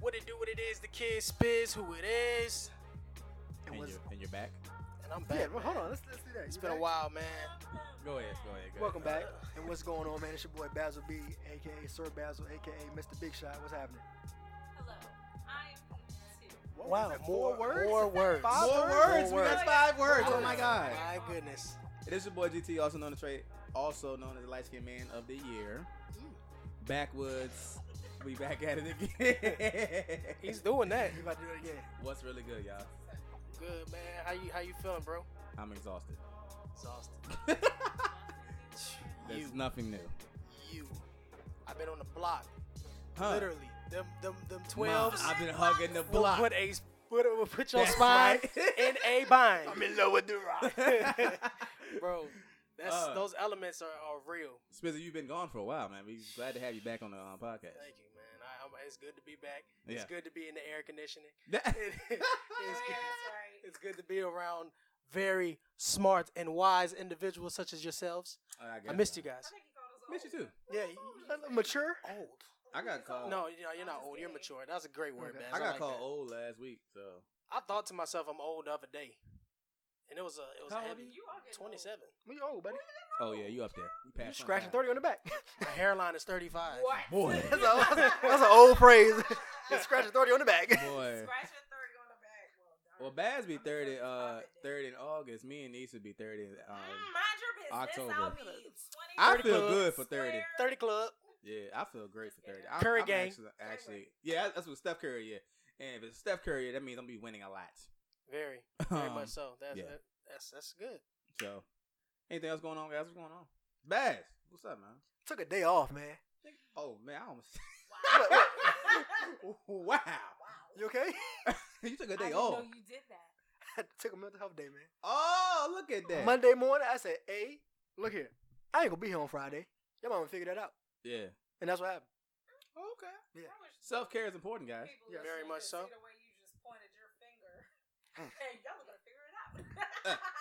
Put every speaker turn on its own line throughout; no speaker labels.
what it do, what it is, the kid spits, who it is.
And,
was-
you're, and you're back.
And I'm back.
Yeah,
man.
well, hold on. Let's, let's do that.
It's
You
been a
back?
while, man.
Go ahead. Go ahead. Go
Welcome
ahead.
back. And what's going on, man? It's your boy Basil B, aka Sir Basil, aka Mr. Big Shot. What's happening?
Hello, I'm two.
Wow,
More
more words?
More words.
Five
More words.
More
We
words.
got five words.
More
Oh my
words.
god.
My goodness.
It is your boy GT, also known as Trey, also known as the light skinned man of the year. Backwoods, we back at it again.
He's doing that.
You about to do it again?
What's really good, y'all?
Good, man. How you how you feeling, bro?
I'm exhausted.
Exhausted. you,
There's nothing new.
you. I've been on the block.
Huh.
Literally. Them them them
Mom,
twelves.
I've been hugging the
will
block.
Put a put, will put your
That's
spine
right.
in a bind.
in love with the rock.
bro, that's
Uh.
those elements are, are real.
Spizzer, you've been gone for a while, man. We're glad to have you back on the uh, podcast.
Thank you, man. I, I'm, it's good to be back. It's
Yeah.
good to be in the air conditioning.
That-
It- it's, good,
right.
it's good to be around very smart and wise individuals such as yourselves. I missed you guys.
think he called us
Missed you too.
Yeah,
Mature?
old.
I got called.
No, you know, you're not
just
old. You're
kidding.
mature. That's a great word,
Okay.
man.
I got
like
called
that.
old last week. So
I thought to myself, I'm old the other day, and it was a it was
How
a
old
heavy.
You are getting old.
27.
We old, buddy.
Oh yeah, you up there? You
You
passed
scratching 30 on the back.
My hairline is 35.
What?
Boy.
that's, a, that's an old phrase. You're scratching 30 on the back.
Boy.
Scratch your thirty on the back.
Well,
darn.
Baz be
I'm
third
gonna
in uh
stop it then.
third in August. Me and Nisa be third in. Um,
Mm, mind your business.
October.
I'll
30
I
be 20
feel
club.
good for thirty.
30 Club.
Yeah, I feel great for thirty.
Yeah.
I'm,
Curry
I'm
gang.
Actually, actually- yeah, that's what Steph Curry. Yeah, and if it's Steph Curry, that means I'm gonna be winning a lot.
Very, very
Um,
much so. That's
yeah.
that, that's that's good.
So, anything else going on, guys? What's going on? Baz, what's up, man?
Took a day off, man.
Oh man, I almost.
What, what?
wow,
You okay?
you took a
I
day
didn't
off.
know you did that.
I took a mental health day, man.
Oh, look at that.
Monday morning, I said, hey, look here. I ain't gonna be here on Friday. Your mama figured that out.
yeah.
And that's what happened.
Okay.
Yeah.
I wish
Self care is important, guys.
people
Yeah.
listening
Very much
could
so.
see The way you just pointed your finger.
Mm.
hey, y'all are gonna figure it out.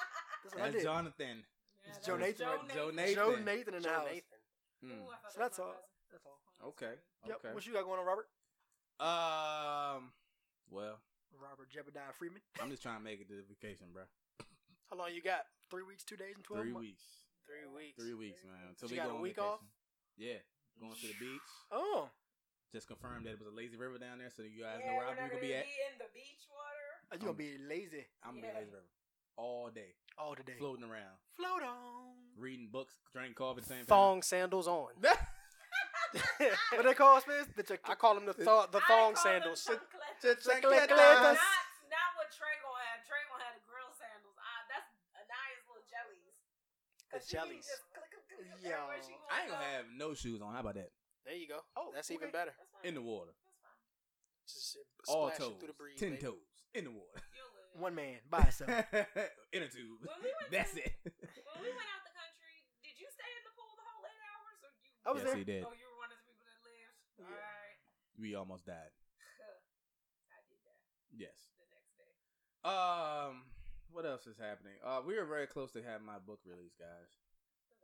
That's what I
That's
did.
Jonathan.
Yeah,
Joe
that was
Nathan.
Joe Nathan.
Joe Nathan in the
Joe
house.
Nathan.
Mm.
Ooh, I felt
So
like
that's
my
all.
cousin.
That's all.
Okay.
Yep.
Okay.
What you got going on, Robert?
Um. Well,
Robert Jebediah Freeman.
I'm just trying to make it to the vacation, bro.
How long you got?
Three weeks, two days, and twelve
Three
months.
weeks.
Three weeks.
Three weeks, man. Until
You
we
got
go
a
on
week
vacation.
off?
Yeah, going to the beach.
Oh,
Just confirmed that it was a lazy river down there, so you guys
Yeah,
know where I'm
we're not
gonna be
gonna
at.
be in the beach water.
are Oh, you gonna
Um,
be lazy
I'm gonna be
Yeah.
at lazy river all day,
all today? Float,
floating around,
on.
reading books, drinking coffee at the same time.
Thong sandals on.
what they call space? The ch-
I call them the thong the
I
thong
call them
sandals.
chancletas.
Chancletas.
Not, not what Trey gonna have. Trey gonna have the grill sandals. I, that's Anaya's little jellies. 'Cause
The
she be
jellies.
just click, click, click,
Yo.
everywhere she
I ain't gonna
go.
have no shoes on. How about that?
There you go.
Oh,
that's even
okay.
better.
That's fine.
In the water,
That's fine.
Just
all
splashing
toes,
through the breeze.
ten
baby.
toes in the water,
You'll live.
one man by himself.
in a tube.
When we went
That's it.
to- When we went out the country, did you stay in the pool the whole eight hours, or
I
you?
was
yes,
there.
he did.
Oh, you were one of the people that lived.
Yeah.
All right.
We almost died.
I did that
Yes.
the next day.
Um, what else is happening? Uh, we are very close to having my book release, guys.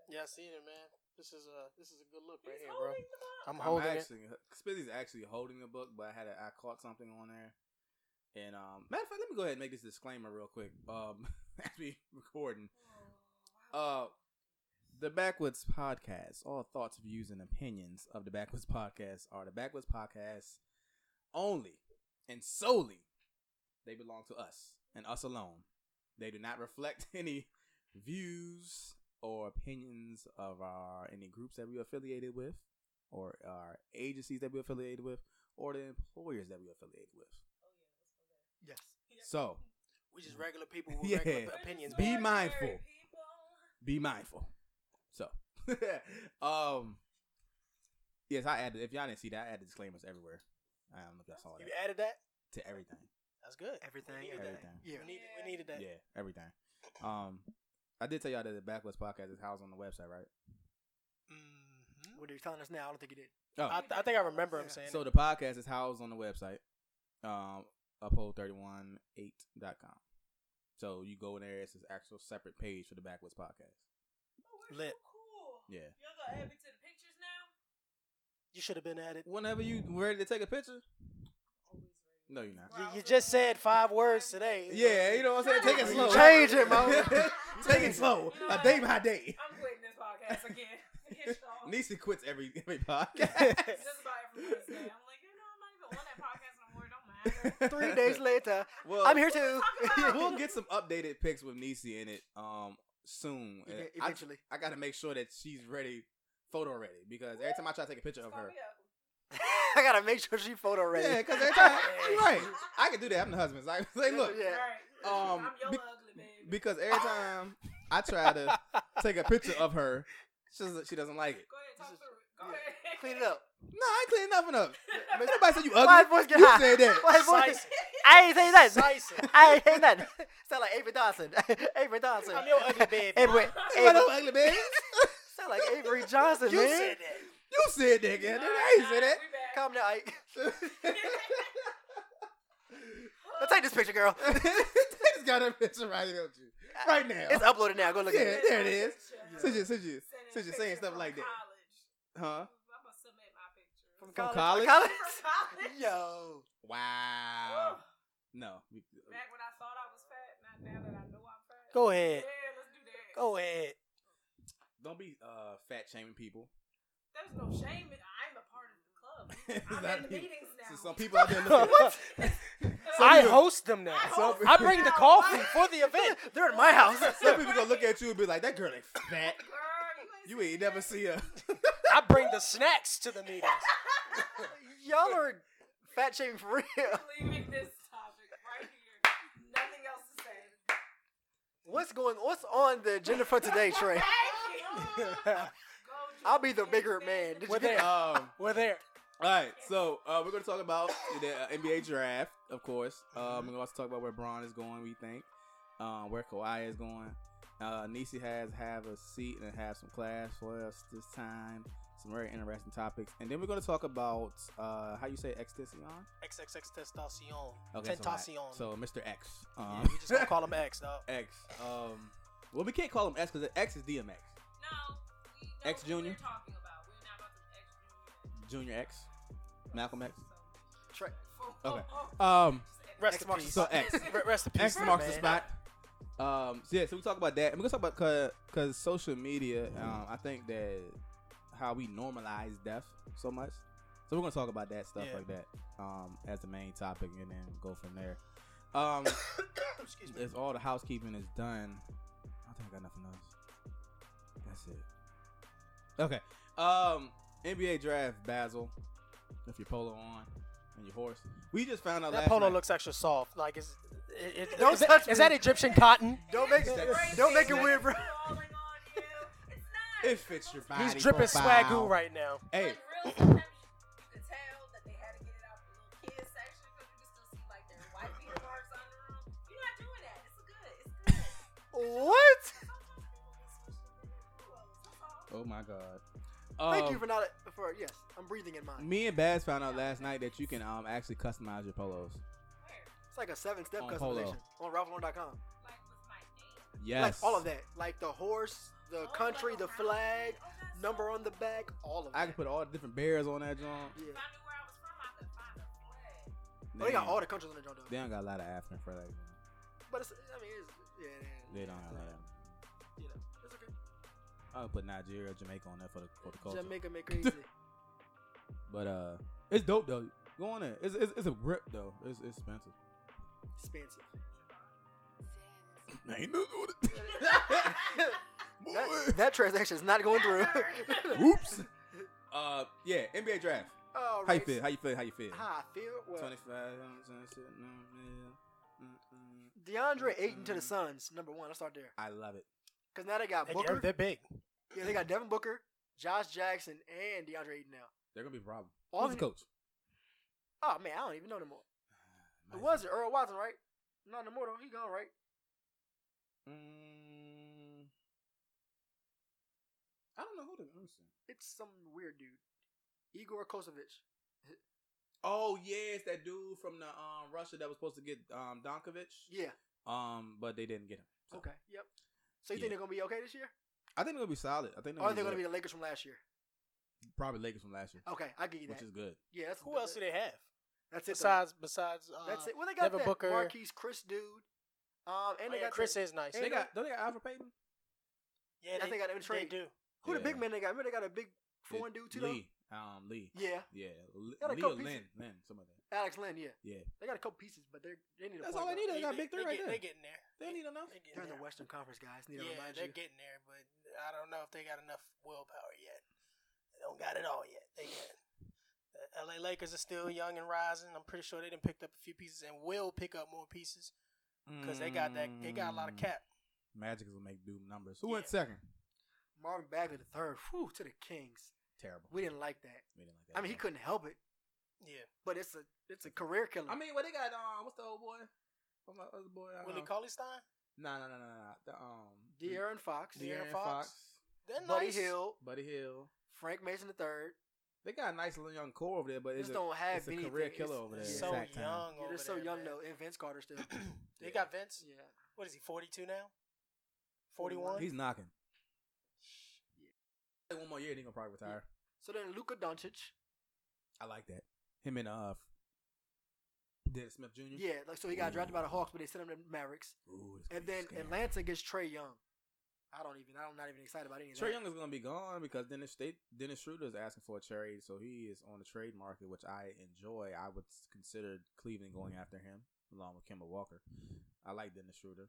Yeah, I seen it, man. This is a this is a good look right
He's
here, bro.
holding the box.
I'm holding it.
actually, Spizzy's actually holding the book, but I had a, I caught something on there. And um, matter of fact, let me go ahead and make this disclaimer real quick. Um, as we recording, uh,
Oh,
the Backwoods Podcast. All thoughts, views, and opinions of the Backwoods Podcast are the Backwoods Podcast only and solely. They belong to us and us alone. They do not reflect any views or opinions of our any groups that we are affiliated with, or our agencies that we are affiliated with, or the employers that we are affiliated with.
yes.
So
We just regular people with
Yeah.
regular
But
opinions.
Be
man.
Ordinary
mindful.
people. Oh,
be mindful. So, um, yes, I added. If y'all didn't see that, I added disclaimers everywhere. I don't know if y'all saw
You
that
added that?
to everything.
That's good.
Everything.
We needed
Everything.
Everything.
Yeah.
that. We, need, we needed that.
Yeah, everything. Um, I did tell y'all that the Backwoods Podcast is housed on the website, right?
Mhm.
What are you telling us now? I don't think you did.
Oh,
I, I think I remember him
Yeah.
saying
so
it.
the podcast is housed on the website, um, uphold318.com. So you go in there; it's this actual separate page for the Backwoods Podcast.
Oh, we're
Lit.
so cool.
Yeah.
Y'all gonna add me to the pictures now?
You should have been at it.
Whenever you ready to take a picture,
Oh, we
No, you're not.
You, you just said five words today.
Yeah, you know what I'm saying. Take it slow.
Change it, Mo.
Take it slow.
You know
Uh,
what?
day by day.
I'm quitting this podcast again. Forget y'all.
Nisi quits every every podcast.
Just about every Wednesday. I'm like, you know, I'm not even on that podcast no more. It don't matter.
Three days later,
Well,
I'm here too.
we'll get some updated pics with Nisi in it um soon. And
Ev-
I,
Eventually,
I gotta make sure that she's ready, photo ready, because every time I try to take a picture
It's
of
gonna
her,
be ugly.
I gotta make sure she photo ready.
yeah, because every time, right? I can do that. I'm the husband. So I say, look,
Yeah.
Right.
Um,
I'm your
be-
ugly baby.
because every time I try to take a picture of her, she doesn't, she doesn't like it.
Go ahead, talk through it. Go
Yeah.
ahead.
Clean it up.
No, I ain't cleaning nothing up.
Miss-
Nobody said you
Why
ugly.
voice get
You
high?
said that.
Why voice?
Slice
I ain't say
it.
nothing.
Slice it.
I ain't say nothing. Sound like Avery Dawson. Avery Dawson.
I'm your ugly baby.
Avery.
Ain't
Avery
no ugly man.
sound like Avery Johnson,
You
man.
said You said that, goddamn. I ain't say that.
We back.
Calm down, Ike.
Oh,
Now take this picture, girl.
they just got a picture right here, don't you? Right now.
It's uploaded now. Go look at
Yeah,
it.
there it is.
Picture.
Since you, since you, since
Send in a
you saying
picture
stuff
from
like that,
college.
huh?
I'm gonna submit my picture.
From
From
college?
college?
College?
From college.
Yo.
Wow.
Ugh.
No. we- uh,
Back when I thought I was fat, not now that I know I'm fat.
Go ahead.
Yeah, let's do that.
Go ahead.
Don't be uh, fat shaming people.
There's no shame in I'm a part of the club. I'm
Not
in the
people.
meetings now.
So some people out there looking.
I
people-
host them now.
I
some-
host
I bring the
now.
coffee for the event.
They're in my house.
Some people gonna look at you and be like, "That girl ain't fat.
Girl,
You
you ain't,
ain't
seen
never
that.
see her."
I bring the snacks to the meetings.
Y'all are fat shaming for real.
leaving this topic right here. Nothing else to say.
What's going? What's on the agenda for today, Trey?
Thank you. Go to
I'll be the bigger man. Did you
We're
get
there.
um. All
We're there.
right. So uh, we're gonna talk about the uh, NBA draft, of course. Um, we're gonna also talk about where Braun is going. We think. Um, where Kawhi is going. Uh, Nisi has have a seat and have some class for us this time. Some very interesting topics, and then we're gonna talk about uh, how you say extension.
XXX Tentacion.
Okay, so, I-
Tentacion.
so Mr. X.
yeah,
Um,
we just gonna call him X, dog.
X. Um, well, we can't call him X because X is DMX.
No, we know
Ex
who
Junior?
We're talking about. We're not about to ex junior.
Junior X. Malcolm X.
Trey?
Okay. Um,
Rest
X
in
marks
peace.
so X.
R- Rest in peace.
X
to the
marks
man.
the spot. Um, so yeah, so we talk about that, and we're gonna talk about because social media. Um, I think that how we normalize death so much. So we're gonna talk about that stuff
Yeah.
like that um, as the main topic, and then go from there. Um,
Excuse me.
if all the housekeeping is done, I think I got nothing else. That's it. Okay. Um, NBA draft, Basil. If your polo on and your horse, we just found out
That
last
polo
night-
looks extra soft. Like, is, it, it,
Don't
is, that-
touch
is
me.
that Egyptian cotton?
Don't make
It's
it.
crazy.
Don't make it weird, bro.
It fits your body.
He's dripping
profile.
swagoo right now.
Hey,
What?
oh my god.
Thank
Oh.
Um,
you for not for yes. I'm breathing in mine.
Me and Baz found out last night that you can um actually customize your polos.
It's like a seven step
Oh, On
customization on
Polo.
RalphLauren.com.
Yes.
Like all of that, like the horse, the
Oh,
country, the flag, number on the back, all of
I
that.
can put all the different bears on that joint.
Yeah.
If I knew where I was from, I could find a flag.
Well, Oh, they got all the countries on the joint
They
though.
don't got a lot of African for that.
But it's, I mean, it's, yeah, yeah,
They don't have a lot of.
You know, it's okay.
I would put Nigeria, Jamaica on there for the, for the culture.
Jamaica make crazy.
But uh, it's dope though. Go on there. It's it's, it's a grip though. It's, it's expensive.
Expensive.
Ain't no doing
That, that transaction is not going through.
Oops. Uh, yeah. NBA draft.
All
How you
right.
feel? How you feel? How you feel?
How I feel? Well,
Twenty-five. um, 26, no, yeah, mm-mm.
DeAndre Ayton to the
Mhm.
Suns, number one. I'll start there.
I love it.
Because now they got
And
Booker.
They're, they're big.
yeah, they got Devin Booker, Josh Jackson, and DeAndre Ayton now.
They're gonna be a problem.
All
Who's the
the-
coach?
Oh, man, I don't even know no more. It was Earl Watson, right? Not no more, though. He gone, right?
Mm, I don't know who the person.
It's some weird dude. Igor Kosovich.
Oh yeah, it's that dude from the um Russia that was supposed to get um Donkovich.
Yeah.
Um, but they didn't get him. So,
Okay. Yep. So you
Yeah.
think they're going to be okay this year?
I think they're gonna be solid. I think
Or are they going to be
good.
the Lakers from last year?
probably Lakers from last year,
Okay, I give you that.
which is good.
yeah, that's
Who else do they have?
That's it. though.
Besides, besides, uh,
That's it. Well, they got
Devin
that
Booker.
Marquise Chris dude. Um,
oh,
and they
yeah,
got
Chris
that,
is nice.
and
They got don't they got Alfred Payton?
yeah,
I think I didn't
they
trade.
do.
Who the
Yeah.
big man they got? Remember they got a big foreign dude too.
Lee. Um, Lee.
Though? Yeah,
Yeah, L-
Got a
Lee or
couple
Lynn,
pieces.
Lynn, some of that.
Alex Lynn. Yeah,
Yeah.
They got a couple pieces, but they are they need a.
That's
point
all they
guard.
need. They got big three
they
right
get-
there.
They getting there.
They need enough.
They
They're
getting
in the
there.
Western Conference, guys. Need to
Yeah,
remind
they're
you.
getting there, but I don't know if they got enough willpower yet. They don't got it all yet. They got. The LA Lakers are still young and rising. I'm pretty sure they didn't picked up a few pieces and will pick up more pieces because they got that. They got a lot of
Mm,
cap.
Magic will make do numbers. Who
Yeah.
went second?
Marvin Bagley the third. Whew, to the Kings.
Terrible.
We didn't like that.
We didn't like
I mean, he
at all.
couldn't help it,
Yeah,
but it's a it's a career killer.
I mean, well, they got um, what's the old boy? What's my other boy? Um,
Willie Cauley Stein,
Nah, nah, nah, nah, nah. The um,
De'Aaron Fox,
De'Aaron
De'Aaron
Fox.
Fox,
they're
Buddy
nice.
Hill,
Buddy Hill.
Frank Mason the third.
They got a nice little young core over there, but it's
Just
a,
don't have
it's a
anything.
career killer over
They're
there.
so
Exact time.
young.
Yeah,
over
they're so
there,
young
man.
though, and Vince Carter still.
they
Yeah.
got Vince.
yeah,
What is he? 42 now? 41.
he's knocking. Like One more year, they gonna probably retire.
So then Luka Doncic.
I like that. Him and uh, Dennis Smith Jr.
Yeah, like so he got drafted by the Hawks, but they sent him to Mavericks.
Ooh, it's gonna
And
be
then
scary.
Atlanta gets Trey Young. I don't even. I'm not even excited about any of
Trey
that.
Young is gonna be gone because Dennis they, Dennis Schroeder is asking for a trade, so he is on the trade market, which I enjoy. I would consider Cleveland going after him along with Kemba Walker. I like Dennis Schroeder,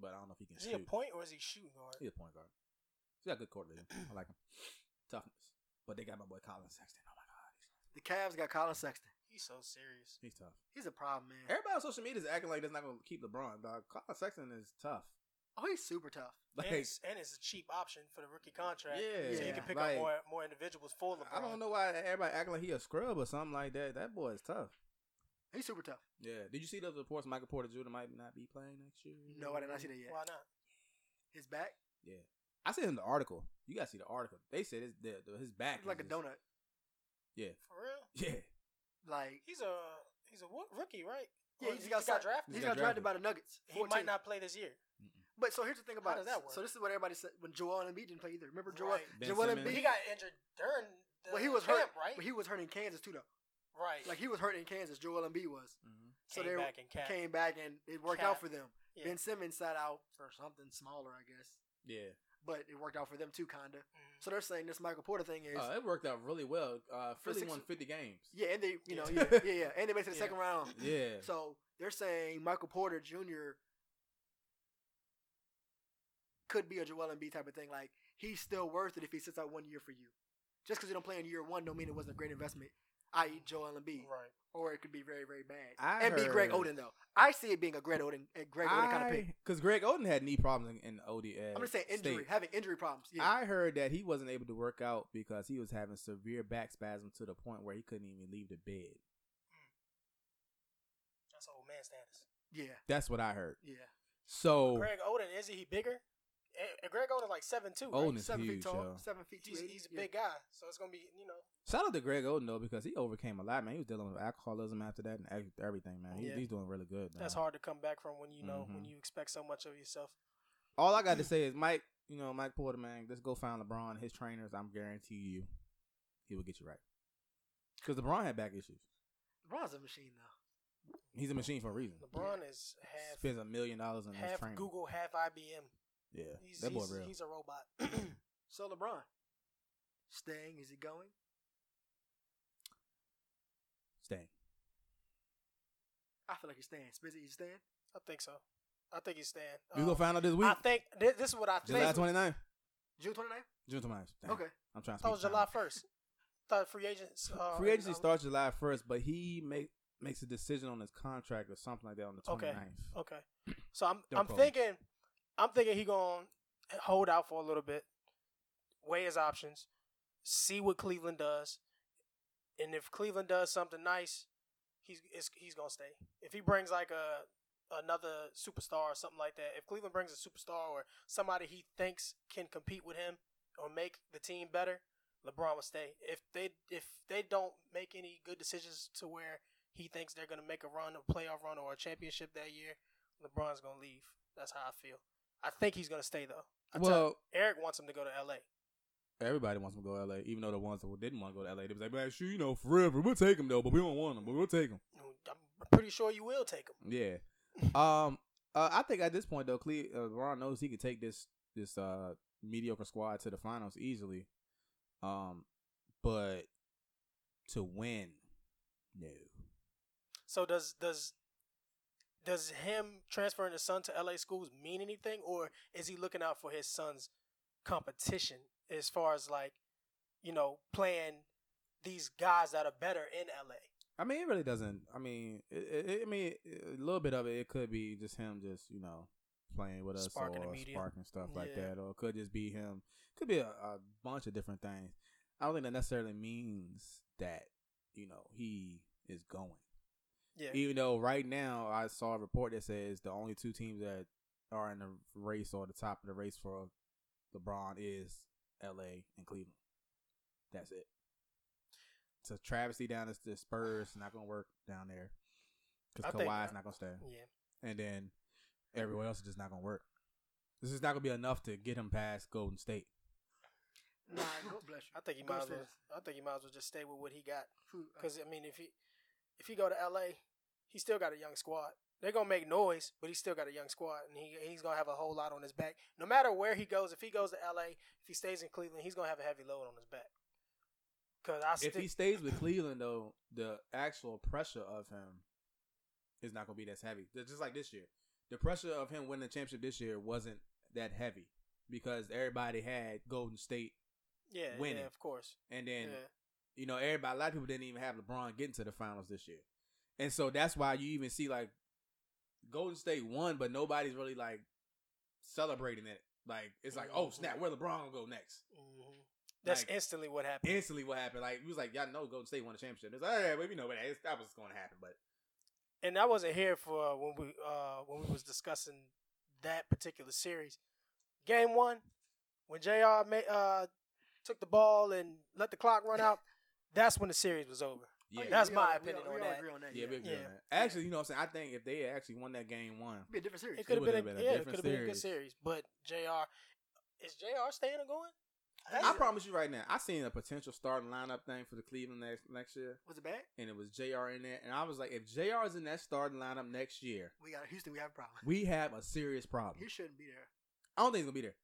but I don't know if he can
Is
shoot.
he a point or is he shooting guard?
He's a point guard. He's got good court vision. I like him. Toughness, but they got my boy Colin Sexton. Oh my god,
The Cavs got Colin Sexton.
He's so serious.
he's, he's tough.
He's a problem, man.
Mm. Everybody on social media is acting like that's not gonna keep LeBron. Dog. Colin Sexton is tough.
Oh, he's super tough.
Like,
and, it's, and it's a cheap option for the rookie contract.
yeah,
So you can pick
like,
up more more individuals for LeBron.
I don't know why everybody acting like he a scrub or something like that. That boy is tough.
He's super tough.
Yeah. Did you see those reports? Michael Porter Jr. might not be playing next year.
No, I did not see that yet.
Why not?
His back,
I seen the article. You gotta see the article. They said his the, the- his back
he's like a
is just-
donut.
Yeah,
For real?
yeah.
Like
He's a he's a wo- rookie, right?
Yeah,
Or
he's
he
got
just got
some-
drafted.
he
He's
got,
got
drafted by
drafted.
the Nuggets.
He
14.
might not play this year.
But so here's the thing about
does
it.
that work?
So this is what everybody said when Joel Embiid didn't play either. Remember Joel?
Right.
Ben
Joel
Simmons.
But
Embiid.
he got injured during the
well, he was
camp,
hurt.
right?
But he was hurt in Kansas too, though.
right.
Like he was hurt in Kansas. Joel Embiid was.
Mhm.
so
came
they
back and capped.
Came back and it worked out
Cap.
for them.
Yeah.
Ben Simmons sat out for something smaller, I guess,
Yeah.
but it worked out for them too, kinda.
Mhm.
So they're saying this Michael Porter thing is,
Uh, it worked out really well. Uh,
For
Philly
six-
won fifty games.
yeah, and they, you know, yeah,
Yeah.
yeah, yeah, and they made it to the
Yeah.
second round.
Yeah.
So they're saying Michael Porter Jr. could be a Joel Embiid type of thing. Like he's still worth it if he sits out one year for you. Just because you don't play in year one, don't mean it wasn't a great investment. I.e., Joel Embiid,
Right.
or it could be very, very bad.
I
and be Greg
heard-
Oden though. I see it being a Greg Oden, a Greg Oden kind of pick.
Because Greg Oden had knee problems in, in OD.
I'm just saying injury, having injury problems. Yeah.
I heard that he wasn't able to work out because he was having severe back spasm to the point where he couldn't even leave the bed.
That's old man status.
yeah,
That's what I heard.
yeah.
So
Greg Odin, isn't he bigger? Eh, Greg Odin like seven two.
Oden
Right?
is
Seven
huge.
feet tall,
yo.
seven feet.
He's,
280.
he's a
Yeah.
big guy, so it's gonna be you know
Shout out to Greg Oden though because he overcame a lot, man. He was dealing with alcoholism after that and ev- everything, man. He,
Yeah.
He's doing really good.
that's
man.
hard to come back from when you know when
Mhm.
you expect so much of yourself.
All I got to say is Mike, you know Mike Porter, man. Let's go find LeBron. His trainers, I'm guarantee you, he will get you right. Because LeBron had back issues.
LeBron's a machine though.
He's a machine for a reason.
LeBron is half
Spends a million dollars on his
half
trainer.
Google, half IBM.
Yeah,
He's,
that boy
he's,
real.
he's a robot.
So LeBron, staying? Is he going?
Staying.
I feel like he's staying. Spizzy, he's staying.
I think so. I think he's staying. um,
We gonna find out this week.
uh, I think this, this is what I think.
July 29th.
June 29th?
June 29th. Dang,
Okay.
I'm trying to.
That was
speak
Oh, July
time.
first. Thought free agents. Uh,
Free agency
um,
starts July 1st, but he make, makes a decision on his contract or something like that on the 29th.
Okay. Oh, Okay, so I'm
Don't
I'm
quote me.
thinking I'm thinking he gonna hold out for a little bit, weigh his options, see what Cleveland does, and if Cleveland does something nice, he's it's, he's gonna stay. If he brings like a another superstar or something like that, if Cleveland brings a superstar or somebody he thinks can compete with him or make the team better, LeBron will stay. If they if they don't make any good decisions to where he thinks they're gonna make a run, a playoff run, or a championship that year, LeBron's gonna leave. That's how I feel. I think he's gonna stay though. I tell-
Well,
Eric wants him to go to L.A.
Everybody wants him to go to LA, even though the ones that didn't want to go to LA, they was like, man, shoot, you know, forever. We'll take him though, but we don't want him, but we'll take him.
I'm pretty sure you will take him.
Yeah. Um. Uh, I think at this point though, Cle- uh, LeBron knows he could take this this uh mediocre squad to the finals easily. Um, but to win, no.
So does does does him transferring his son to LA schools mean anything, or is he looking out for his son's competition as far as like, you know, playing these guys that are better in LA?
I mean, it really doesn't. I mean, it, it, I mean, a little bit of it. It could be just him, just you know, playing with us
Sparking the
or
media.
sparking stuff like
Yeah.
that, or it could just be him. Could be a, a bunch of different things. I don't think that necessarily means that you know he is going.
Yeah,
Even though right now I saw a report that says the only two teams that are in the race or the top of the race for LeBron is LA and Cleveland. That's it. It's a travesty down at the Spurs. Not gonna work down there
I
because
think-
Kawhi's not gonna stay,
yeah.
and then everywhere else is just not gonna work. This is not gonna be enough to get him past Golden State.
Nah, God bless you.
I think he
Go
might as well.
upstairs.
I think he might as well just stay with what he got.
Who- uh,
Because I mean, if he if he go to LA, he still got a young squad. They're gonna make noise, but he still got a young squad, and he he's gonna have a whole lot on his back. No matter where he goes, if he goes to LA, if he stays in Cleveland, he's gonna have a heavy load on his back. Because I
If
still,
he stays with Cleveland, though, the actual pressure of him is not going to be as heavy. Ju- Just like this year, the pressure of him winning the championship this year wasn't that heavy because everybody had Golden State,
yeah,
winning.
yeah, of course,
and then
yeah,
you know everybody. A lot of people didn't even have LeBron getting to the finals this year, and so that's why you even see like Golden State won, but nobody's really like celebrating it. Like it's like, oh snap, where LeBron gonna go next?
hmm that's
Like-
instantly what happened.
Instantly, what happened? Like we was like, y'all know Golden State won the championship. It's like, all right, well, we know but that that was going to happen, but.
and I wasn't here for uh, when we uh, when we was discussing that particular series. Game one, when Jr. ma- uh, took the ball and let the clock run out, that's when the series was over.
Yeah,
Oh, yeah,
That's
we
my
all- we
opinion
all- we
on
all
that.
agree on that.
yeah,
Yeah,
we
it'd
agree on
Yeah.
that. Actually, you know what I'm saying? I think if they had actually won that game one,
be a different series.
It could have been,
would've
a,
been a
yeah, it
different
could have been a good series,
series.
but Jr. is Jr. staying or going?
I
That's-
promise you right now, I seen a potential starting lineup thing for the Cleveland next next year,
Was it bad?
and it was JR in there. And I was like, if JR is in that starting lineup next year,
We got Houston. We have a problem.
we have a serious problem.
He shouldn't be there.
I don't think he's gonna be there.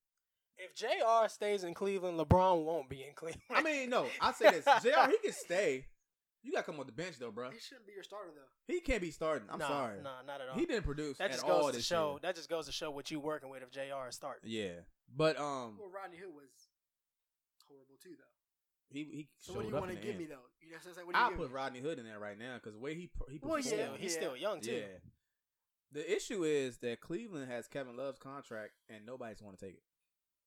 if Jr. stays in Cleveland, LeBron won't be in Cleveland.
I mean, no, I say this. JR, he can stay. You gotta come on the bench though, bro.
He shouldn't be your starter though.
He can't be starting. I'm
nah,
sorry.
nah, not at all.
He didn't produce
that
at
just
all
goes to
this
show. That just goes to show what you working with if Jr. is starting.
year. Yeah, but
Mm.
um,
Well, Rodney Hood was horrible too though.
he he
So
showed
what do you
up
want
in
to
the
give
end.
me though? You know what I'm saying? What do you
I
give
put
me?
Rodney Hood in there right now because the way he per- he
Well,
performed,
He's
yeah,
still, he's
yeah.
still young too.
Yeah. The issue is that Cleveland has Kevin Love's contract and nobody's going to take it.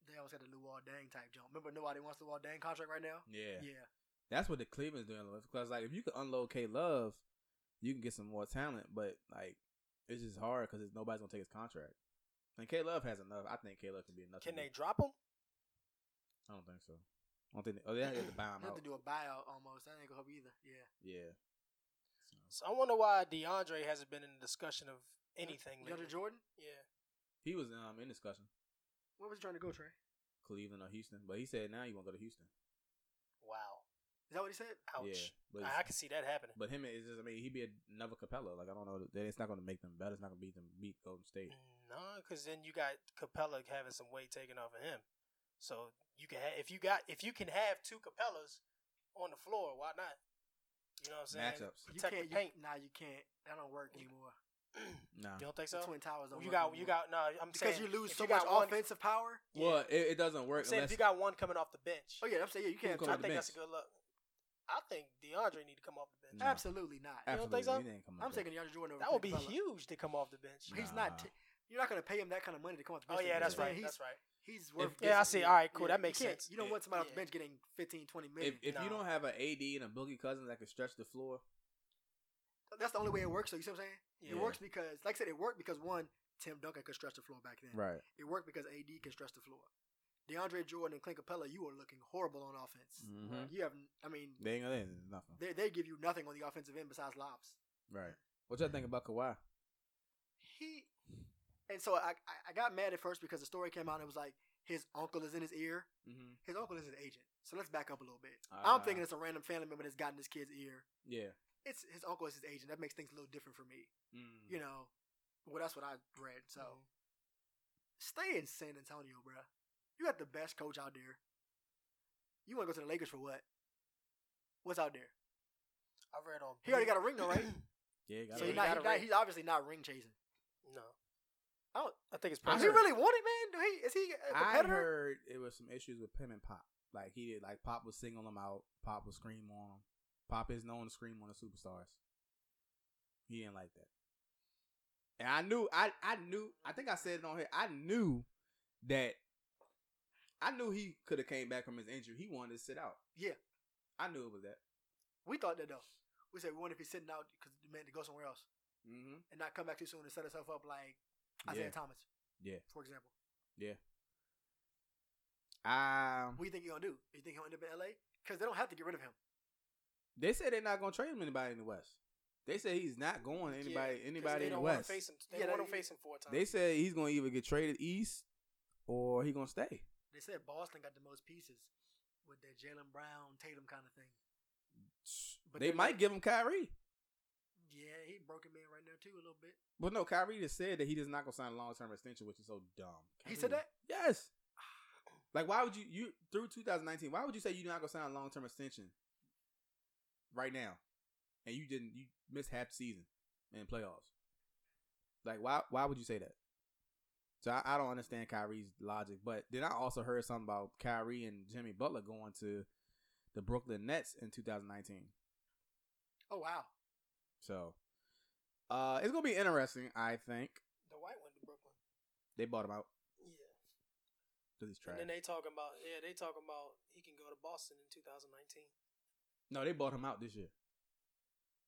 They always got the Luol Dang type jump. Remember nobody wants the Luol Dang contract right now.
Yeah.
Yeah.
That's what the Cleveland's doing because like if you can unload K Love, you can get some more talent, but like it's just hard cuz nobody's going to take his contract. And K Love has enough. I think K Love can be enough. to
Can they
be-
drop him?
I don't think so. I don't think Oh, they have to buy him
They have
out.
to do a buyout almost. That ain't gonna help either. Yeah.
yeah. So,
So I wonder why DeAndre hasn't been in the discussion of anything.
DeAndre
lately.
Jordan?
Yeah,
he was um in discussion
Where was he trying to go, Trey?
Cleveland or Houston, but he said now you want to go to Houston.
wow.
Is that what he said?
Ouch.
Yeah. But
I, I can see that happening.
But him is just, I mean, he'd be another Capella. Like I don't know, that it's not going to make them better. It's not going to beat them beat Golden State.
No, because then you got Capella having some weight taken off of him. So you can have, if you got if you can have two Capellas on the floor, why not? You know what I'm saying?
Matchups.
You
Protect
can't.
the paint.
You, nah, you can't. That don't work anymore.
Nah.
You don't think
The
so?
Twin Towers
Well,
don't
you
work
got you
anymore.
got no. I'm
because
saying
you lose
if
so
you
much
got one-
offensive power.
Well, it, it doesn't
I'm
work
saying
unless
if you got one coming off the bench,
Oh yeah, I'm saying yeah, you can't.
come
I
off
think
the
that's a
bench?
good look. I think DeAndre need to come off the bench.
No.
Absolutely not.
don't
absolutely
think so?
he didn't come
I'm
up with
taking DeAndre Jordan over.
That would be
Clint Capella.
huge to come off the bench.
He's not.
Nah.
T- you're not gonna pay him that kind of money to come off the
Oh
bench.
yeah,
I'm
that's
just
right.
saying He's,
That's right.
He's worth.
Yeah, I
see. Alright, cool, that
you
makes
can't-
sense.
You don't
Yeah.
want somebody off the
Yeah.
bench getting 15, 20
it. If,
minutes.
if
Nah.
you don't have an AD and a Boogie Cousins that can stretch the floor,
that's the only way it works. So you see what I'm saying?
Yeah.
It works because, like I said, it worked because one, Tim Duncan could stretch the floor back then.
right?
It worked because AD can stretch the floor. DeAndre Jordan and Clint Capella, you are looking horrible on offense.
Mhm.
You have, I mean,
They ain't gonna there's nothing,
they, they give you nothing on the offensive end besides lobs.
right? What y'all think about Kawhi?
He, and so I, I- I got mad at first because the story came out and it was like his uncle is in his ear.
Mm-hmm.
His uncle is his agent. So let's back up a little bit. I'm
Ah.
thinking it's a random family member that's gotten his kid's ear.
Yeah.
It's his uncle is his agent. That makes things a little different for me.
Mm.
Hmm.
You know, well, that's what I read. So
Hmm.
stay in San Antonio, bruh. You got the best coach out there. You want to go to the Lakers for what? What's out there?
I read on.
He already got a ring though, right?
yeah, you gotta
so
he
he's,
be-
got
not,
a
he's, not,
ring.
he's obviously not ring chasing.
no.
I don't,
I think it's.
I
does he
Prince.
heard-
really want it, man? Do he is he a
I
competitor?
heard it was some issues with Pim and Pop. Like he did, like Pop was singling him out. Pop would scream on him. Pop is known to scream on the superstars. He didn't like that. And I knew, I, I knew, I think I said it on here. I knew that, I knew he could have came back from his injury. He wanted to sit out.
Yeah.
I knew it was that.
We thought that though. We said we wonder if he's sitting out because the man to go somewhere else
Mm-hmm.
and not come back too soon and set himself up like
Yeah,
Isaiah Thomas,
yeah.
for example.
Um,
What do you think he's gonna do? You think he'll end up in LA? Because they don't have to get rid of him.
they said they're not gonna trade him anybody in the West. They said he's not going to anybody
'cause
anybody
they
in the
don't wanna
West.
Face him. They
Yeah,
want
they-
him facing four times.
They said he's gonna either get traded east or he gonna stay.
They said Boston got the most pieces with that Jalen Brown, Tatum kind of thing. But
they
they're
might
not-
give him Kyrie,
Yeah, he broken man right now too a little bit.
but no, Kyrie just said that he does not gonna sign a long term extension, which is so dumb.
He said
Kyrie-
that?
Yes. Like, why would you you through 2019? Why would you say you're not gonna sign a long term extension right now, and you didn't you missed half the season and playoffs? Like, why why would you say that? So I, I don't understand Kyrie's logic. But then I also heard something about Kyrie and Jimmy Butler going to the Brooklyn Nets in 2019.
Oh wow.
So uh it's gonna be interesting, I think.
the white one to Brooklyn.
They bought him out
Yeah.
because he's
And
trash.
then they talking about yeah, they talking about he can go to Boston in 2019.
no, they bought him out this year.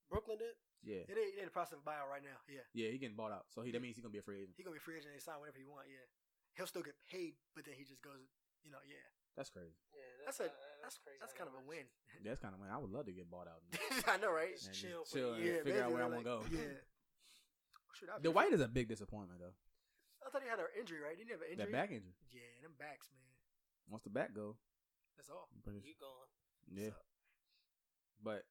Brooklyn did.
Yeah.
It ain't, it ain't a process of buyout right now. Yeah,
Yeah, he getting bought out. So he that means he's gonna be a free agent.
he gonna be free agent. They sign whenever he want. Yeah, he'll still get paid, but then he just goes. You know, yeah,
That's crazy.
Yeah,
that's, a that's crazy. That's kind of a win.
That's kinda win. I would love to get bought out. and-
I know, right?
Just
and
chill for
chill
the
and
year.
figure out
basically,
where I'm
like,
gonna go.
Yeah. Shoot, I'd
The
be-
white is a big disappointment though.
I thought he had an injury, right? Didn't he have an
That
injury?
back injury.
Yeah, them backs, man.
Once the back go,
That's all.
I'm pretty sure.
You gone?
Yeah.
So-
But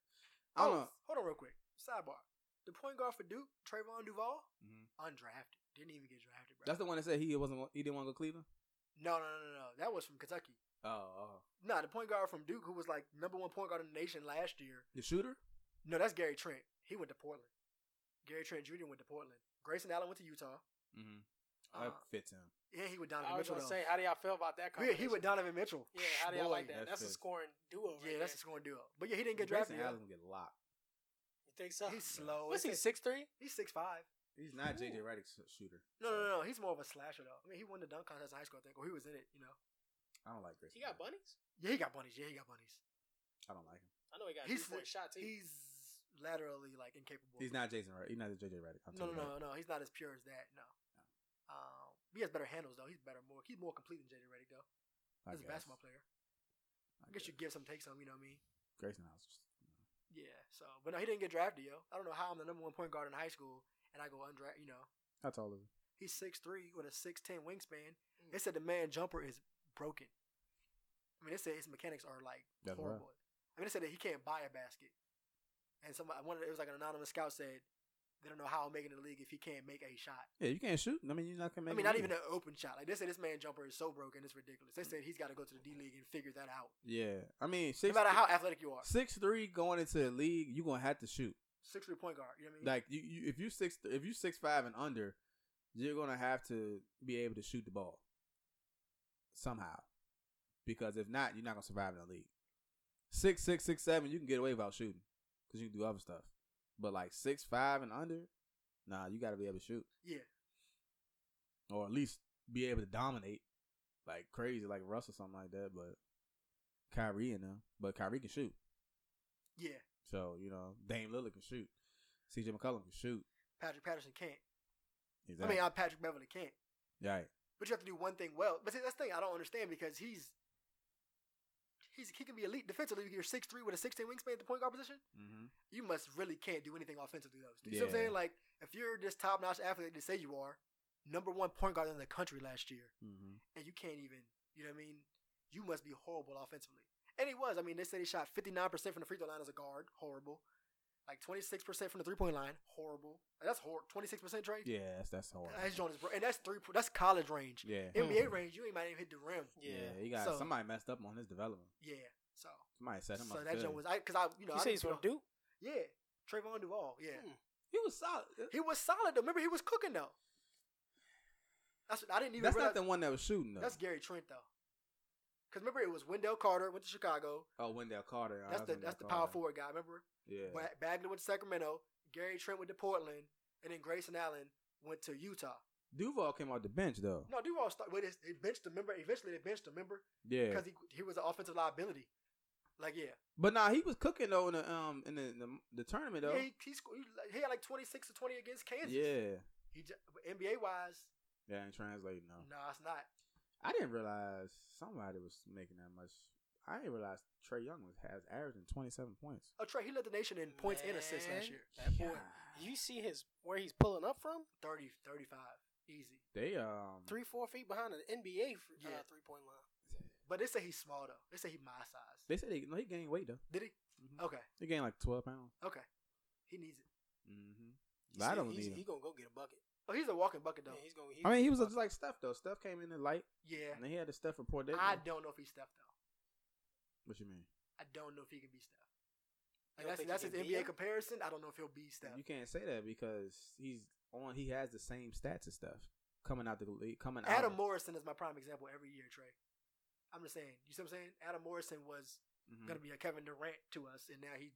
I don't know.
oh, hold on real quick. Sidebar. The point guard for Duke, Trayvon Duval,
Mhm.
undrafted. Didn't even get drafted, bro.
That's the one that said he wasn't gon- he didn't want to go to Cleveland?
no, no, no, no, no. That was from Kentucky.
Oh, oh.
Nah, the point guard from Duke, who was like number one point guard in the nation last year.
The shooter?
No, that's Gary Trent. He went to Portland. Gary Trent Jr. went to Portland. Grayson Allen went to Utah.
Mm-hmm.
Uh,
that fits him.
yeah, he with
I
Donovan
was
Mitchell.
gonna
Though.
say, how do y'all feel about that?
yeah, he
combination?
with Donovan Mitchell.
Yeah, how do y'all
Boy.
like that?
that's
That's a
it.
scoring duo. Right
yeah, that's a
there.
scoring duo. But yeah, he didn't get
Grayson
drafted.
Allen's
yet.
gonna get locked.
you think so?
He's slow.
What's he
He's-
six three?
He's six five.
He's not JJ
Ooh.
Redick's shooter.
No,
so
no, no. He's more of a slasher though. I mean, he won the dunk contest in high school, I think, or he was in it. You know.
I don't like Grayson.
He got
Allen.
bunnies.
Yeah, he got bunnies. Yeah, he got bunnies.
I don't like him.
I know he got
He's-
three point shot too.
He's laterally like incapable.
He's not Jason Redick. He's not JJ Redick. I'll
No,
tell
no,
you
no,
that.
no. He's not as pure as that. No. Um, he has better handles though. He's better, more. He's more complete than JD Reddick though.
I
He's a
guess.
basketball player. I guess you give some takes on. You know what I mean?
Grayson Allen's just-
Yeah. So, but no, he didn't get drafted, yo. I don't know how I'm the number one point guard in high school and I go undrafted. You know,
How tall is he?
he's six three with a six ten wingspan.
Mm.
They said the man jumper is broken. I mean, they said his mechanics are like
That's
horrible. I mean, they said that he can't buy a basket. And somebody, one of the, it was like an anonymous scout said, they don't know how I'm making the league if he can't make a shot.
Yeah, you can't shoot. I mean, you're not gonna make.
I mean, not
it
even
either.
an open shot. Like they said, this man jumper is so broken, it's ridiculous. They
Mm.
said he's got to go to the D League and figure that out.
Yeah, I mean,
No
six,
matter how athletic you are,
six three going into the league, you're gonna have to shoot.
six three point guard. You know what I mean?
Like, you, you if you six, if you six five and under, you're gonna have to be able to shoot the ball somehow, because if not, you're not gonna survive in the league. Six, six, six, seven, you can get away without shooting because you can do other stuff. But like six five and under, nah, you got to be able to shoot.
Yeah.
or at least be able to dominate like crazy, like Russ or something like that. But Kyrie and them, but Kyrie can shoot.
yeah,
So you know, Dame Lillard can shoot. C.J. McCollum can shoot.
Patrick Patterson can't.
Exactly.
I mean, I, Patrick Beverly can't.
right.
But you have to do one thing well. But see, that's the thing I don't understand because he's he's he can be elite defensively. You're six three with a sixteen wingspan at the point guard position.
Mm-hmm.
You must really can't do anything offensively though. You see what I'm
Yeah.
saying? Like if you're this top notch athlete they say you are, number one point guard in the country last year,
Mm-hmm.
and you can't even You know what I mean? You must be horrible offensively. And he was. I mean, they said he shot 59% from the free throw line as a guard. Horrible. Like 26% from the three point line. Horrible. Like, that's horrible. 26%, Trey?
Yeah, that's that's hard.
That's joint is bro. And that's three. po- That's college range.
Yeah.
NBA range, you ain't might even hit the rim.
Yeah,
Yeah.
he got
So-
somebody messed up on his development.
Yeah. So,
Somebody set him
so
up.
that
good.
joint was. I Because I, you know,
You
I
say
didn't
he's
put
from
on-
Duke?
Yeah. Trayvon Duval. Yeah.
Hmm.
he was solid.
He was solid though. Remember, he was cooking though. That's I didn't even.
That's
realize,
not the one that was shooting though.
That's Gary Trent though. Because remember, it was Wendell Carter went to Chicago.
oh, Wendell Carter. Oh,
That's the
Wendell
that's the power
Carter.
forward guy. Remember,
Yeah.
Ba- Bagley went to Sacramento. Gary Trent went to Portland, and then Grayson Allen went to Utah.
Duval came off the bench though.
No, Duval started. Wait, they benched the member. Eventually, they benched the member
yeah,
because he he was an offensive liability. Like yeah,
but nah, he was cooking though in the um in the the, the tournament though.
yeah he, he, sco- he like- he had like twenty six or twenty against Kansas.
yeah,
he ju- NBA wise,
that ain't translating though.
nah, it's not.
I didn't realize somebody was making that much. I didn't realize Trey Young was has averaging twenty seven points.
Oh, Trey, he led the nation in points and assists last
Man.
year.
That boy. You see his where he's pulling up from?
30, 35. Easy.
They um
Three, four feet behind an NBA f- uh,
Yeah.
three point line.
But they say he's small, though. They say he my size.
They said he, no, he gained weight though.
Did he?
Mhm.
Okay.
He gained like twelve pounds.
Okay. He needs it.
Mm-hmm.
You
But I
see,
don't
he's,
need him.
He gonna go get a bucket.
Oh, he's a walking bucket, though.
Yeah, he's gonna.
I mean, he was
gonna
just like Steph though. Steph came in the light,
Yeah.
and then he had the Steph report. That
I don't know if he's Steph, though.
what you mean?
I don't know if he can be Steph.
You
Like,
don't
that's
think he can
that's his NBA
be him?
comparison. I don't know if he'll be Steph.
You can't say that because he's on. He has the same stats and stuff coming out the league. Coming out.
Adam
of-
Morrison is my prime example every year, Trey. I'm just saying. You see what I'm saying? Adam Morrison was
Mhm.
going to be a Kevin Durant to us, and now he.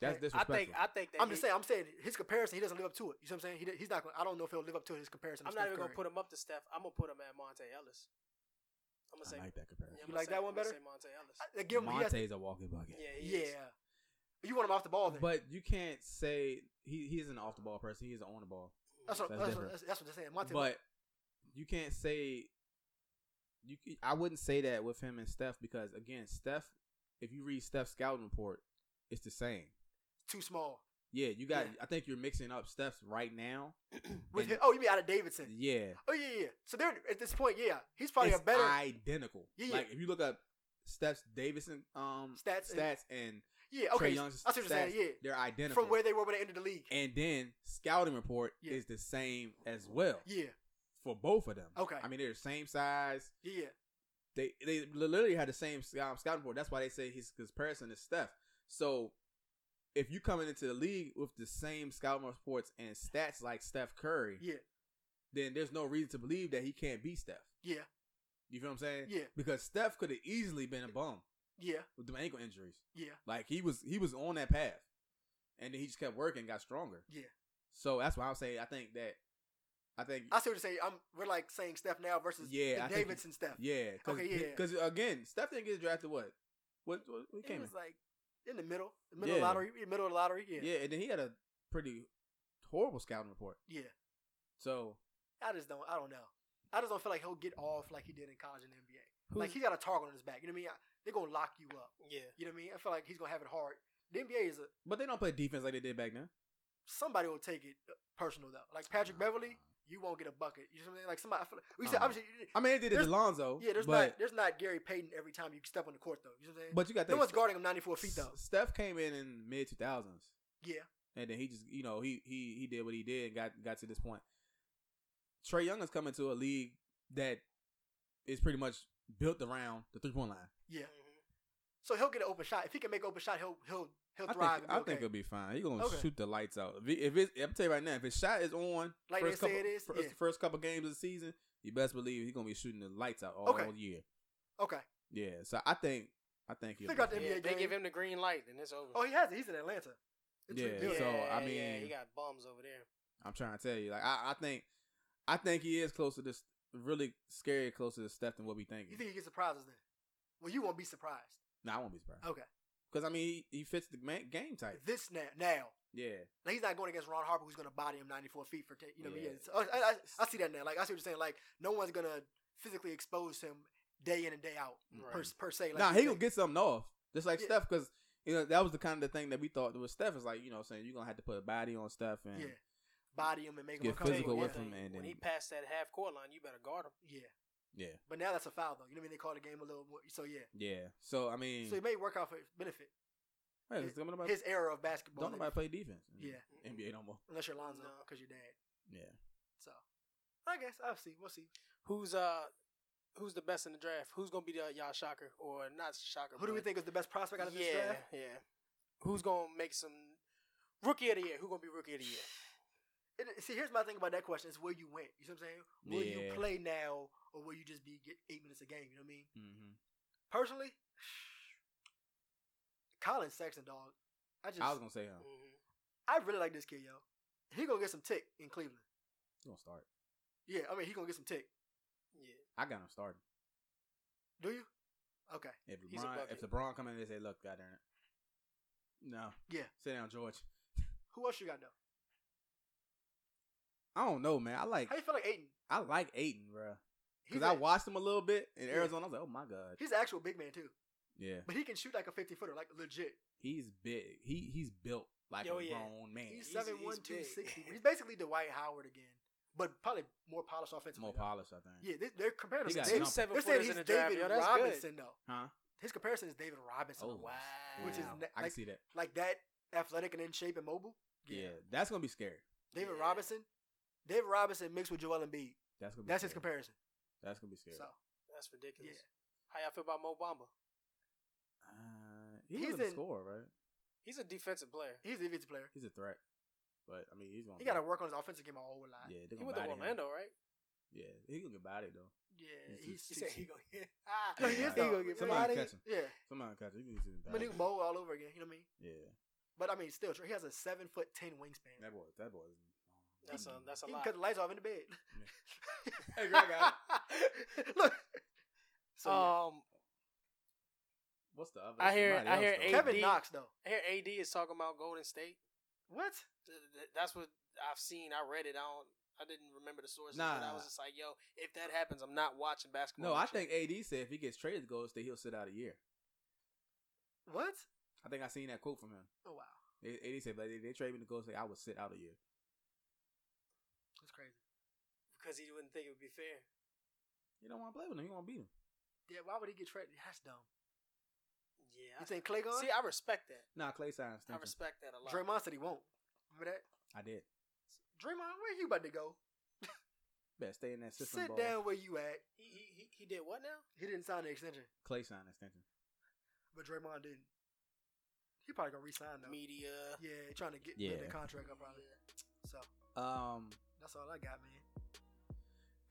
That's
I
I
disrespectful.
think. I think that.
I'm just
he-
saying. I'm saying his comparison. He doesn't live up to it. You see what I'm saying? He, he's not. Gonna, I don't know if he'll live up to his comparison.
I'm not even gonna put him up to Steph. I'm gonna put him at Monte Ellis. I'm gonna
I
say.
like that comparison.
yeah, I'm
You
gonna
like
say-
that one
I'm gonna
better?
Say Monte Ellis.
I, give him. he has-
Monte's a walking bucket.
yeah. He
yeah.
Is.
You want him off the ball, then.
But you can't say he he isn't an off the ball person. He is an on the ball.
That's what,
That's
that's, what,
different.
that's, that's what they're saying. Monte,
But you can't say you. c- I wouldn't say that with him and Steph because again, Steph. If you read Steph's scouting report, it's the same.
too small.
Yeah, you got.
Yeah.
I think you're mixing up Steph's right now.
With
And-
him, oh, you mean out of Davidson?
Yeah,
Oh yeah, yeah. So they're at this point, yeah, he's probably
it's
a better
identical.
Yeah, yeah.
Like if you look up Steph's Davison um
Stats
stats,
and-
and
yeah. Okay,
Trey
I
Young's
see what you're saying.
stats,
Yeah,
they're identical.
from where they were when they entered the league.
and then scouting report
Yeah.
is the same as well
Yeah,
for both of them.
Okay.
I mean they're the same size.
yeah,
They they literally had the same scout, scouting report. That's why they say his comparison is Steph. So if you coming into the league with the same scouting reports and stats like Steph Curry,
yeah,
then there's no reason to believe that he can't be Steph.
yeah,
You feel what I'm saying?
Yeah.
Because Steph could have easily been a bum
yeah,
with the ankle injuries.
yeah,
Like he was he was on that path, and then he just kept working, got stronger.
yeah.
So that's why I'm saying I think that I think
I see what you're saying. I'm we're like saying Steph now versus
Yeah,
the
I think he-
Davidson Steph.
yeah, cause,
Okay, yeah, yeah.
because again, Steph didn't get drafted. What? What? what he
He
came in?
was like in the middle, the middle of
Yeah.
lottery, middle of lottery. Yeah,
Yeah. and then he had a pretty horrible scouting report.
yeah.
So
I just don't. I don't know. I just don't feel like he'll get off like he did in college and the NBA.
Who's-
Like he got a target on his back. You know what I mean? I- They're gonna lock you up.
Yeah.
You know what I mean? I feel like he's gonna have it hard. The NBA is a
but they don't play defense like they did back then.
somebody will take it uh, personal though. Like Patrick Beverly, you won't get a bucket. You know what I mean? Like somebody, I feel like, we said
Oh.
obviously,
I mean, they did it
There's-
to Lonzo.
yeah. There's
but,
not there's not Gary Payton every time you step on the court though. You know what I'm saying?
But you got
no
that.
one's guarding him 94 feet though.
Steph came in in mid 2000s.
Yeah,
and then he just you know he he he did what he did and got got to this point. Trey Young is coming to a league that is pretty much built around the three point line.
yeah.
Mm-hmm.
So he'll get an open shot if he can make an open shot. He'll he'll he'll
I
thrive.
think
and
I
be
think
okay.
it'll be fine. He's gonna
Okay.
shoot the lights out. If, it- if it's, I'm telling you right now, if his shot is on
Like they
first couple
say it is?
first,
Yeah.
first couple games of the season, you best believe he's gonna be shooting the lights out all
Okay.
year.
okay.
Yeah, so I think I think he'll.
Think
be
about
fine.
NBA
Yeah, they
game.
give him the green light, and it's over.
Oh, he has it. He's in Atlanta. It's
Yeah,
ridiculous.
so- I
yeah, he
mean-
got bums over there.
I'm trying to tell you, like I, I think I think he is close to this really scary closer to Steph than what we
you
thinking.
think he gets surprises then? Well, you won't be surprised.
Nah, I won't be surprised.
Okay.
Because I mean, he, he fits the ma- game type.
This now now.
Yeah,
Like he's not going against Ron Harper, who's going to body him 94 feet for, you know, what I mean?
Yeah.
yeah. So, oh, I, I, I see that now. Like, I see what you're saying. Like, no one's going to physically expose him day in and day out,
Right.
per, per se. Like,
nah, he
you
gonna
say-
get something off, just like
Yeah.
Steph, because you know that was the kind of the thing that we thought with Steph is like, you know, saying you're gonna have to put a body on Steph and
yeah, body him and make him
Get
uncomfortable.
physical
yeah.
with him. and
when
then-
he passed that half court line, you better guard him.
Yeah.
Yeah.
But now that's a foul though. You know what I mean? They call the game a little more. So yeah.
Yeah. So I mean,
So it may work out for his benefit.
hey, it's- don't nobody,
His era of basketball.
don't nobody play defense. in
Yeah.
NBA no more.
Unless you're Lonzo,
No.
because you're dad.
Yeah.
So I guess I'll see. We'll see.
Who's uh who's the best in the draft? Who's gonna be the y'all shocker or not shocker?
Who do we
but-
think is the best prospect out of this
yeah,
draft?
Yeah. Who's gonna make some rookie of the year? Who gonna be rookie of the year?
It, see, here's my thing about that question: is where you went. You know what I'm saying? Will you
Yeah.
play now, or will you just be get eight minutes a game? You know what I mean?
Mm-hmm.
Personally, Colin Sexton, dog. I just,
I
I,
was gonna say, huh?
Mhm.
really like this kid, yo. He gonna get some tick in Cleveland.
He's gonna start.
Yeah, I mean, he gonna get some tick.
Yeah.
I got him starting.
Do you? Okay.
If
He's a
LeBron, if
bucket.
LeBron come in and say, "Look, God darn it," no,
Yeah.
sit down, George.
Who else you got though?
I don't know, man. I like
How you feel like Aiden?
I like Aiden, bro, because
He's
I
a-
watched him a little bit in
Yeah.
Arizona. I was like, "Oh my god,
He's an actual big man too,
yeah,
but he can shoot like a 50 footer, like legit.
he's big. He he's built like
Yo,
a
yeah.
grown man.
He's
he's-
seven one
he's
two
big.
sixty. He's basically Dwight Howard again, but probably more polished offensively.
more
though.
polished, I think.
Yeah, they, they're comparing him
He
to
got
David.
Two
jumped.
seven
They're saying
footers
he's
in the draft.
David
Yo, that's
Robinson though.
Huh?
His comparison is David Robinson.
Oh,
wow.
Which is
Wow.
ne-
I can
like-
see that.
Like that athletic and in shape and mobile.
Yeah, that's gonna be scary.
David
Yeah.
Robinson. David Robinson mixed with Joel Embiid.
That's gonna be
That's
scary.
his comparison.
That's gonna be scary.
So
good. That's ridiculous.
Yeah.
How y'all feel about Mo Bamba?
uh, he
He's
doesn't
in-
score, right?
He's a defensive player.
he's a defensive player.
He's a threat, but I mean, he's gonna.
He got to work on his offensive game a whole lot.
Yeah, they're
He
gonna
went to
body him.
Orlando, right?
Yeah, he gonna get body though.
yeah
He's-
he's,
He said
he's-
he gonna get. Ah,
No, he is though.
gonna get
Somebody
bodied.
catch him.
yeah.
Somebody catch him. He gonna get
I mean, he
bodied.
was Mo all over again. You know what I mean?
Yeah,
But I mean, still, he has a seven foot ten wingspan.
that boy. That boy. Is, um,
That's a that's a
He can
lot.
cut the lights off in the bed.
Hey, Greg, I-
Look. So yeah.
Um,
What's the other?
I hear-
somebody
I hear
else, though.
AD.
Kevin Knox though.
I hear AD is talking about Golden State.
What?
Th- th- That's what I've seen. I read it. I don't. I didn't remember the sources, but I
Nah.
was just like, "Yo, if that happens, I'm not watching basketball."
No, I
this year.
think AD said if he gets traded to Golden State, he'll sit out a year.
What?
I think I seen that quote from him.
Oh wow,
A- AD said, "But they, they trade me to Golden State, I would sit out a year."
that's crazy.
because he wouldn't think it would be fair.
You don't want to play with him. You want to beat him.
Yeah, why would he get traded? That's dumb.
Yeah,
You
I-
think Clay gone?
See, I respect that.
Nah, Clay signed.
I
extension.
respect that a lot.
Draymond said he won't. Remember that?
I did.
Draymond, where you about to go?
Better stay in that system.
Sit
ball.
down where you at.
He, he he he did what now?
He didn't sign the extension,
Clay signed extension.
but Draymond didn't. He probably gonna resign though.
Media.
Yeah, trying to get
Yeah.
the contract up probably. So
Um,
that's all I got, man.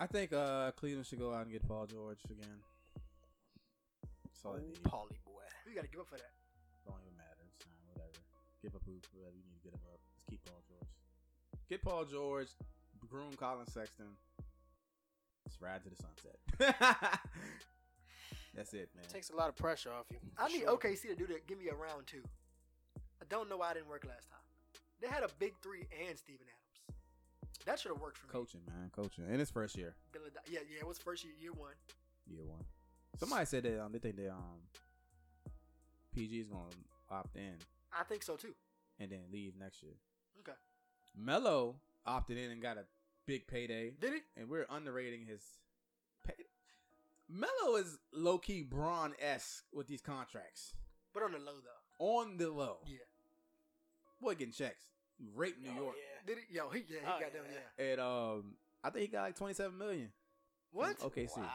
I think uh Cleveland should go out and get Paul George again. That's all they need.
Paulie boy.
You gotta give up for that.
Don't even matter. It's fine. Whatever. Give up who- whatever you need to get him up. Just keep Paul George. Get Paul George. Groom Colin Sexton. Just ride to the sunset. That's it, man.
Takes a lot of pressure off you.
I
for
need
sure.
OKC to do that. Give me a round two. I don't know why it didn't work last time. They had a big three and Steven Adams. That should have worked for me.
Coaching, man. Coaching. In his first year,
Billy Dy- Yeah, yeah, it was first year, year one.
year one. Somebody said that um, they think that um, PG is going to opt in
I think so too.
and then leave next year.
Okay.
Melo opted in and got a big payday,
Did it?
and we're underrating his pay. Melo is low key Braun esque with these contracts
But on the low though.
on the low.
Yeah.
Boy, getting checks, rape New
Oh,
York,
yeah.
Did it? Yo, he yeah, he
Oh,
got them,
yeah.
yeah.
and um, I think he got like twenty seven million.
What?
Okay, see,
What?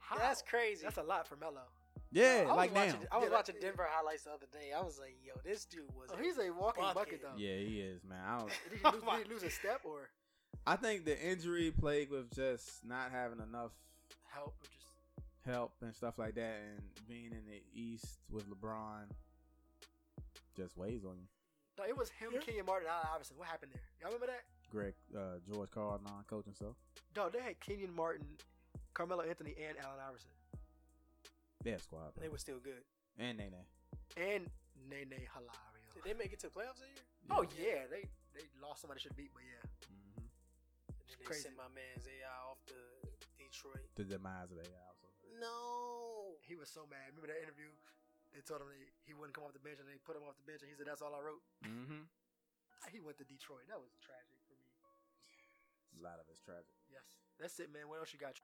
How?
That's crazy.
That's a lot for Melo.
yeah,
I was
like now.
watching, I was
Yeah, like-
watching Denver highlights the other day. I was like, "Yo, this dude was."
Oh,
a-
he's a walking bucket,
Bucket.
though.
Yeah, he is, man. I, don't,
Oh,
Did, he lose, did he lose a step or
I think the injury plagued with just not having enough
help or just
help and stuff like that, and being in the East with LeBron just weighs on you.
No, it was him,
Yeah.
Kenyon Martin, Allen Iverson. What happened there? Y'all remember that?
Greg uh, George Carl non coaching stuff.
Dog, they had Kenyon Martin, Carmelo Anthony, and Allen Iverson.
They have squad.
They were still good.
and they they.
And Nene Hilario.
Did they make it to the playoffs that year?
Oh yeah, they they lost somebody should beat, but yeah.
Mhm.
And then they
Crazy.
sent my man's AI off to Detroit.
The demise of AI. Also.
No.
He was so mad. Remember that interview? They told him that he wouldn't come off the bench, and they put him off the bench, and he said, "That's all I wrote."
Mm-hmm.
He went to Detroit. That was tragic for me.
A lot of it's tragic.
Yes, that's it, man. What else you got?